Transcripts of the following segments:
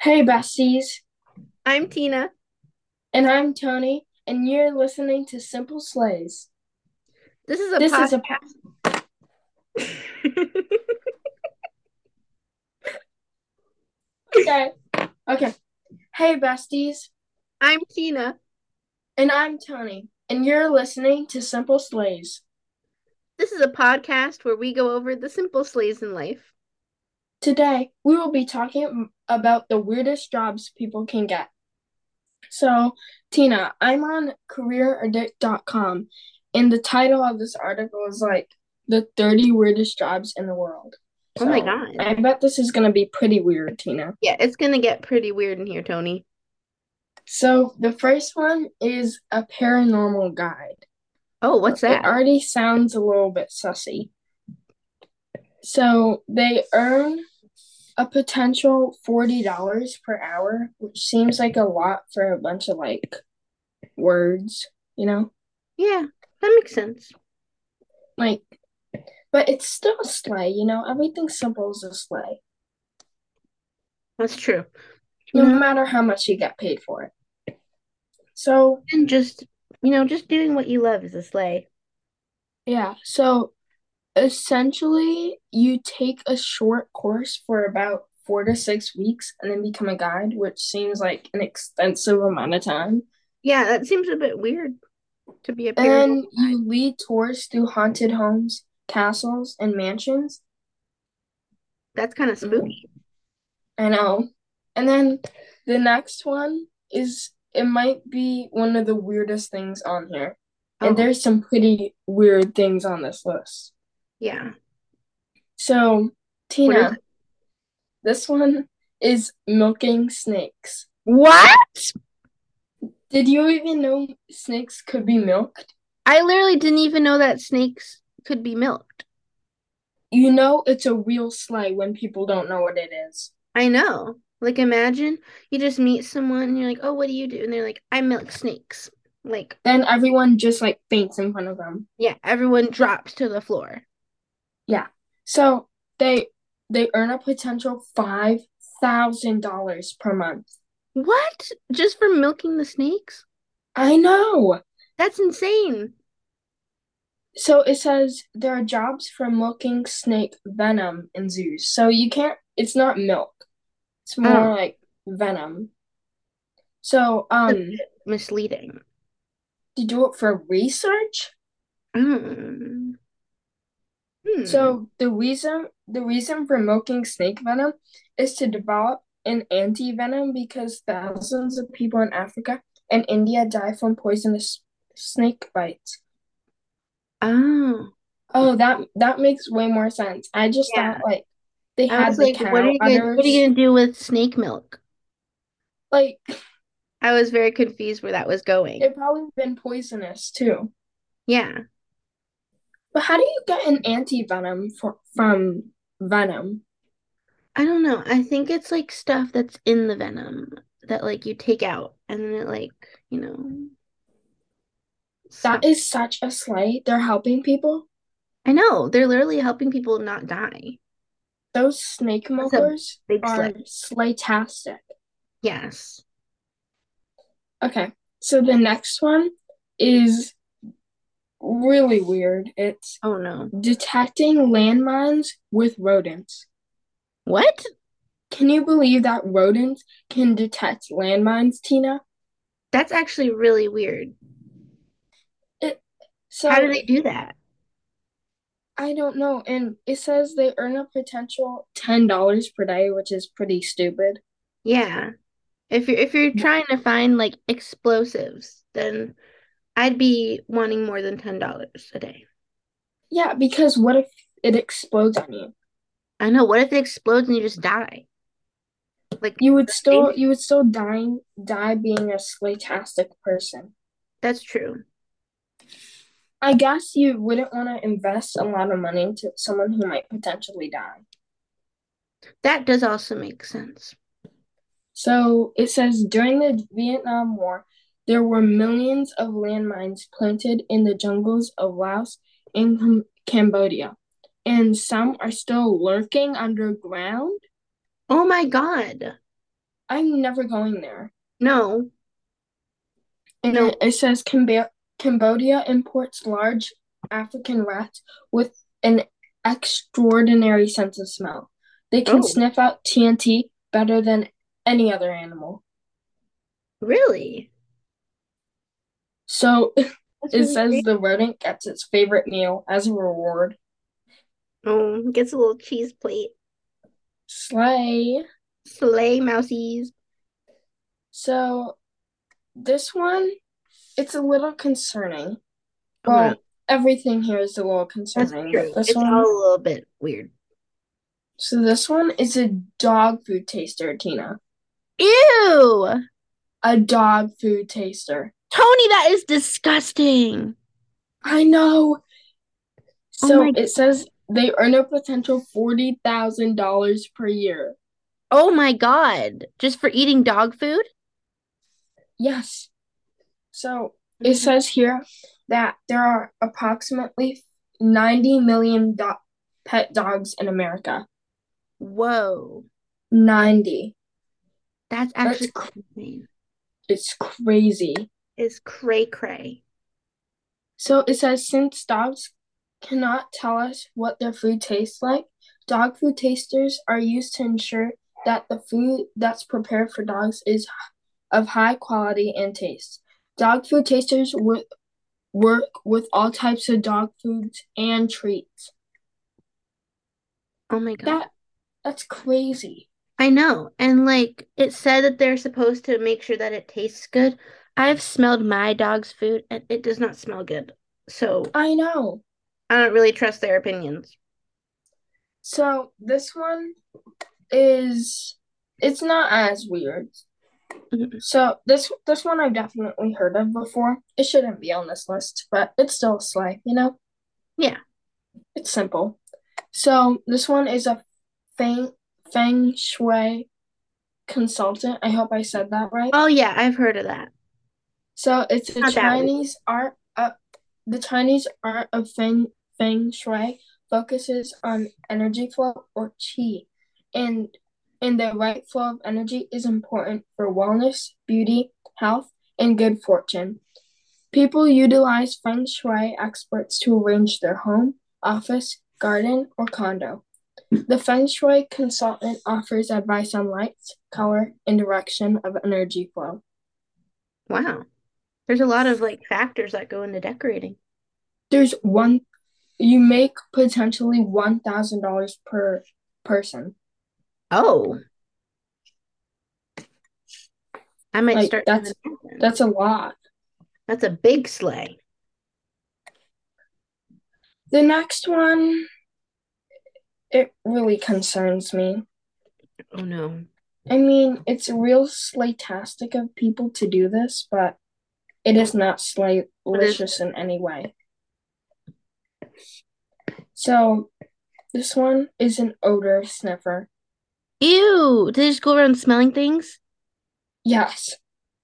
Hey, besties, I'm Tina. and I'm Tony, and you're listening to Simple Slays. This is a This is a podcast. okay, okay. Hey, besties, I'm Tina. and I'm Tony, and you're listening to Simple Slays. This is a podcast where we go over the simple slays in life. Today, we will be talking about the weirdest jobs people can get. So, Tina, I'm on careeraddict.com, and the title of this article is like the 30 weirdest jobs in the world. oh my So, god. I bet this is going to be pretty weird, Tina. Yeah, it's gonna get pretty weird in here, Tony. So the first one is a paranormal guide. Oh, what's It that? already sounds a little bit sussy. So they earn a potential $40 per hour, which seems like a lot for a bunch of like words, you know? Yeah, that makes sense. Like, but it's still a sleigh, you know? Everything simple is a sleigh, That's true. no Mhm. matter how much you get paid for it. So And just you know, just doing what you love is a sleigh. Yeah, so essentially, you take a short course for about four to six weeks and then become a guide, which seems like an extensive amount of time. Yeah, that seems a bit weird to be a And parent. then you lead tours through haunted homes, castles, and mansions. That's kind of spooky. I know. And then the next one is it might be one of the weirdest things on here. Oh, And there's some pretty weird things on this list. yeah. So, What Tina, is it? This one is milking snakes. What? Did you even know snakes could be milked? I literally didn't even know that snakes could be milked. You know it's a real sleigh when people don't know what it is. I know. Like, imagine you just meet someone and you're like, oh, what do you do? And they're like, I milk snakes. Like, Then everyone just like faints in front of them. yeah, everyone drops to the floor. So they they earn a potential five thousand dollars per month. What? Just for milking the snakes? I know. That's insane. So it says there are jobs for milking snake venom in zoos. So you can't it's not milk. It's more Oh. like venom. So um Misleading. to do it for research. Mm. Hmm. So the reason the reason for milking snake venom is to develop an anti-venom because thousands of people in Africa and India die from poisonous snake bites. Oh. Oh, that that makes way more sense. I just Yeah. thought like they I had was the like, what are cow you gonna, what are you udders. gonna do with snake milk? Like I was very confused where that was going. it probably been poisonous too. Yeah. But how do you get an anti-venom for, from venom? I don't know. I think it's like stuff that's in the venom that like you take out and then it like, you know, That stop. is such a slight. They're helping people. I know. They're literally helping people not die. Those snake That's a milkers big are slip. slaytastic. Yes. Okay, so the next one is really weird. It's Oh no. detecting landmines with rodents. What? Can you believe that rodents can detect landmines, Tina? That's actually really weird. It, so How do they do that? I don't know, and it says they earn a potential ten dollars per day, which is pretty stupid. Yeah. If you're if Mm. you're trying to find like explosives, then I'd be wanting more than ten dollars a day. Yeah, because what if it explodes on you? I know. What if it explodes and you just die? Like You would still dangerous. you would still die die being a slaytastic person. that's true. I guess you wouldn't want to invest a lot of money into someone who might potentially die. That does also make sense. So it says during the Vietnam War, there were millions of landmines planted in the jungles of Laos and Cam- Cambodia, and some are still lurking underground. Oh my God. I'm never going there. No. And No. it, it says Cambo- Cambodia imports large African rats with an extraordinary sense of smell. They can Oh. sniff out TNT better than any other animal. Really? So That's it really says great. the rodent gets its favorite meal as a reward. Oh, gets a little cheese plate. Slay. Slay mousies. So this one, it's a little concerning. Oh, Well, everything here is a little that's concerning. true. But this It's one, all a little bit weird. so this one is a dog food taster, Tina. Ew! A dog food taster. Tony, that is disgusting. I know. Oh So my- it says they earn a potential forty thousand dollars per year. Oh my god. Just for eating dog food? Yes. So it says here that there are approximately ninety million do- pet dogs in America. Whoa. Ninety. That's That's actually cr- insane. it's crazy. It's cray cray. So it says since dogs cannot tell us what their food tastes like, dog food tasters are used to ensure that the food that's prepared for dogs is of high quality and taste. Dog food tasters wo- work with all types of dog foods and treats. Oh my god. That that's crazy. I know. And like it said that they're supposed to make sure that it tastes good. I've smelled my dog's food and it does not smell good. So I know. I don't really trust their opinions. So this one is it's not as weird. Mhm. So this this one I've definitely heard of before. It shouldn't be on this list, but it's still a slay, you know? Yeah. It's simple. So this one is a feng feng shui consultant. I hope I said that right. Oh yeah, I've heard of that. So it's the Not that one. Chinese art of the Chinese art of feng feng shui focuses on energy flow or qi, and and the right flow of energy is important for wellness, beauty, health, and good fortune. People utilize feng shui experts to arrange their home, office, garden, or condo. The feng shui consultant offers advice on lights, color, and direction of energy flow. Wow. There's a lot of like factors that go into decorating. there's one you make potentially one thousand dollars per person Oh. I might Like, start that's- doing that then. that's a lot That's a big sleigh. the next one it really concerns me Oh no. i mean it's real slaytastic of people to do this but it is not slaylicious in any way so this one is an odor sniffer Ew. Do they just go around smelling things? yes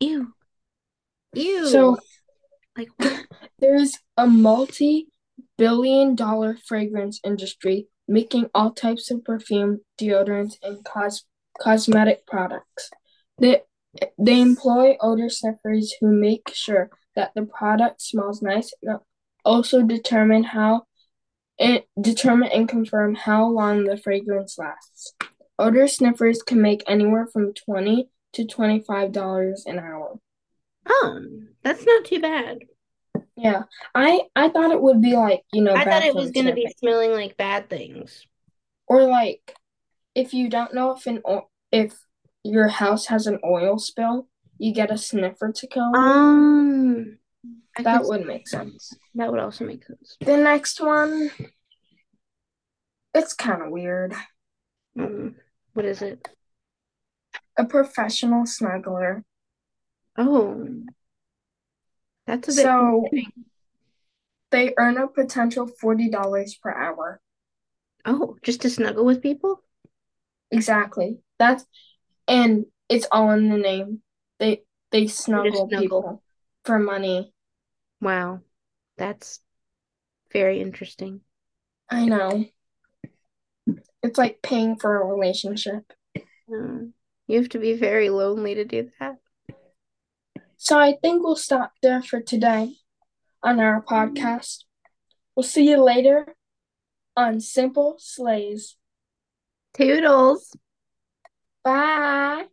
Ew. Ew. so like what? There's a multi billion dollar fragrance industry making all types of perfume, deodorants, and cos- cosmetic products. They, they employ odor sniffers who make sure that the product smells nice and also determine how and determine and confirm how long the fragrance lasts. Odor sniffers can make anywhere from 20 to $25 an hour. Oh, that's not too bad. Yeah, I I thought it would be like, you know, I thought bad it for was the gonna be sniffing. smelling like bad things. or like if you don't know if an o- if your house has an oil spill, you get a sniffer to go. Um, Ah, I that could- would make sense. that would also make sense. The next one, it's kind of weird. Um, what is it? A professional smuggler. Oh, that's a bit. So they earn a potential forty dollars per hour. oh, just to snuggle with people? Exactly. That's and it's all in the name. They they snuggle snuggle. people for money. Wow, that's very interesting. I know. It's like paying for a relationship. Um, You have to be very lonely to do that. So I think we'll stop there for today on our podcast. We'll see you later on Simple Slays. Toodles. Bye.